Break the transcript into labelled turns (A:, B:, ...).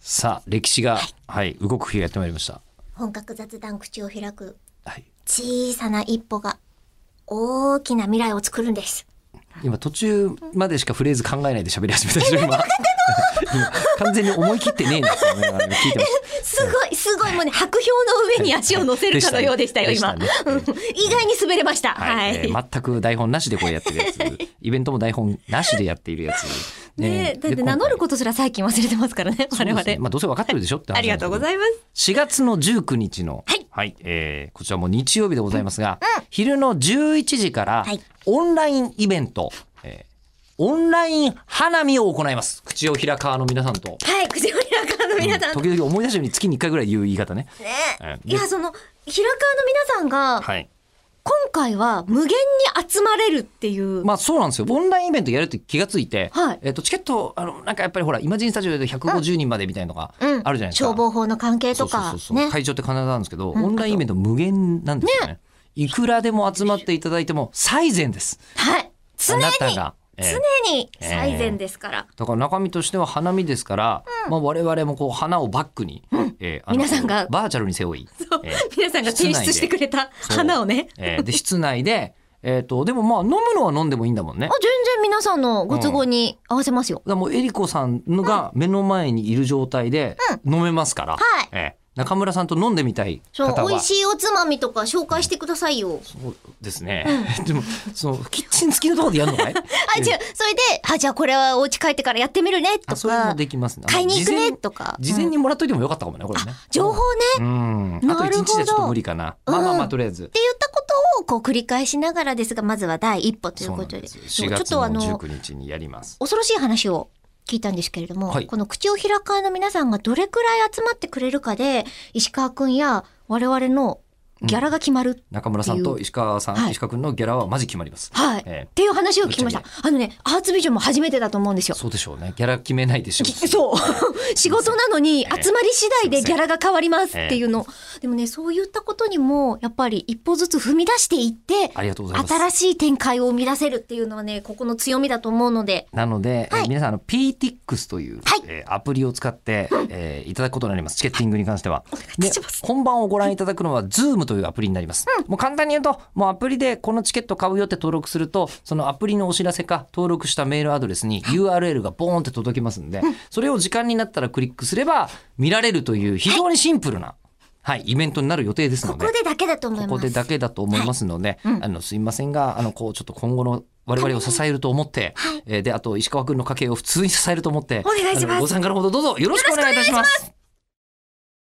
A: さあ歴史が、はい、動く日がやってまいりました。
B: 本格雑談口を開く
A: はい、
B: 小さな一歩が大きな未来を作るんです。
A: 今途中までしかフレーズ考えないで喋り始めたでしょ今今完全に思い切ってねえんですよね今聞いてました
B: すごい、すごい、もうね、白氷の上に足を乗せるかのようでしたよ、
A: でした
B: 今。う
A: ね
B: ん意外に滑れました。は
A: はい、え
B: い。
A: ー全く台本なしでこれやってるやつイベントも台本なしでやっているやつ
B: ねえだって名乗ることすら最近忘れてますからね、我
A: 我
B: 々。
A: 々まあどうせ分かってるでしょって話
B: ありがとうござ
A: いま
B: います。
A: す4月の19日の
B: はい、
A: えーこちらも日曜日でございますが、昼の11時から
B: はい
A: オンラインイベント、えーオンライン花見を行います口を開かの皆さんと
B: はい、口を開かの皆さん。
A: 時々思い出したように月に1回ぐらい言う言い方ね
B: ね
A: ええ
B: いや、その、平川の皆さんが、
A: はい
B: 今回は無限に集まれるっていう。
A: まあそうなんですよ。オンラインイベントやるって気がついて、
B: はい
A: えっと、チケット、あの、なんかやっぱりほら、イマジンスタジオで150人までみたいなのがあるじゃないですか。
B: 消防法の関係
A: そ
B: と
A: うそう
B: か
A: そう、そう、
B: ね。
A: 会場って必ずなんですけど、オンラインイベント無限なんですよね。いくらでも集まっていただいても最善です。
B: はい。常
A: あ
B: に
A: な、たが。ええ
B: 常に最善ですから。
A: だから中身としては花見ですから、まあ我々もこう花をバックに、ええあの
B: 皆さんが
A: バーチャルに背負い、
B: そう
A: ええ
B: 皆さんが提出してくれた
A: そう
B: 花をね。
A: ええで室内で、えっとでもまあ飲むのは飲んでもいいんだもんね
B: あ。全然皆さんのご都合に合わせますよ。
A: だからもうえりこさんのが目の前にいる状態で飲めますから、
B: はい
A: ええ中村さんと飲んでみたい
B: そ
A: 方
B: う
A: は
B: 美味しいおつまみとか紹介してくださいよ。
A: そうですね、 でもそのキッチン付きのところでやるのかい
B: あ、じゃあそれで、あ、じゃあこれはお家帰ってからやってみるねと
A: あそういうの
B: か、
A: できますねあの
B: 買いに行く
A: 事
B: ね
A: 前
B: とか。
A: 事前にもらっといてもよかったかもねこれね
B: 情報ねっ
A: う
B: て
A: んあと
B: なるほ
A: 1
B: ど
A: 日じゃちょっと無理かなまあまあまあとりあえず、
B: 言ったことをこう繰り返しながらですが、まずは第一歩という
A: そうな
B: こ
A: ん
B: とで。
A: です
B: そ
A: 4
B: うちょっ
A: 月
B: とあ
A: の
B: の、
A: 19日にやります
B: 恐ろしい話を聞いたんですけれども、
A: はい
B: この口を開かいの皆さんがどれくらい集まってくれるかで、石川くんや我々のギャラが決まる。
A: 中村さんと石川さん、
B: はい
A: 石川君のギャラはマジ決まります、
B: はい、
A: ええ
B: っていう話を聞きました
A: ぶ。
B: あのね、アーツビジョンも初めてだと思うんですよ。
A: そうでしょうねギャラ決めないでしょ
B: き そう。仕事なのに
A: ええ
B: 集まり次第
A: すい
B: で
A: ませ
B: ギ
A: ん
B: ャラが変わりますっていうの。でもね、そういったことにも、やっぱり一歩ずつ踏み出していって、
A: ありがとうございます
B: 新しい展開を生み出せるっていうのはね、ここの強みだと思うので、
A: なので、えー
B: はい
A: 皆さんあの PTX という、
B: はい
A: えーアプリを使って、えーいただくことになりますチケッティングに関しては。
B: 願
A: で
B: いします
A: 本番をご覧いただくのは Zoom というアプリになります。もう簡単に言うともうアプリでこのチケット買うよって登録するとそのアプリのお知らせか登録したメールアドレスに URL がボーンって届きますんで、それを時間になったらクリックすれば見られるという非常にシンプルな、はいイベントになる予定ですの
B: こ
A: で
B: こ。でだけだと思います。
A: ここでだけだと思いますので、あのすいませんがあのこうちょっと今後の我々を支えると思って、えーであと石川君の家計を普通に支えると思って
B: お願いします
A: あのご参加のほどどうぞよろしくお願いいたします。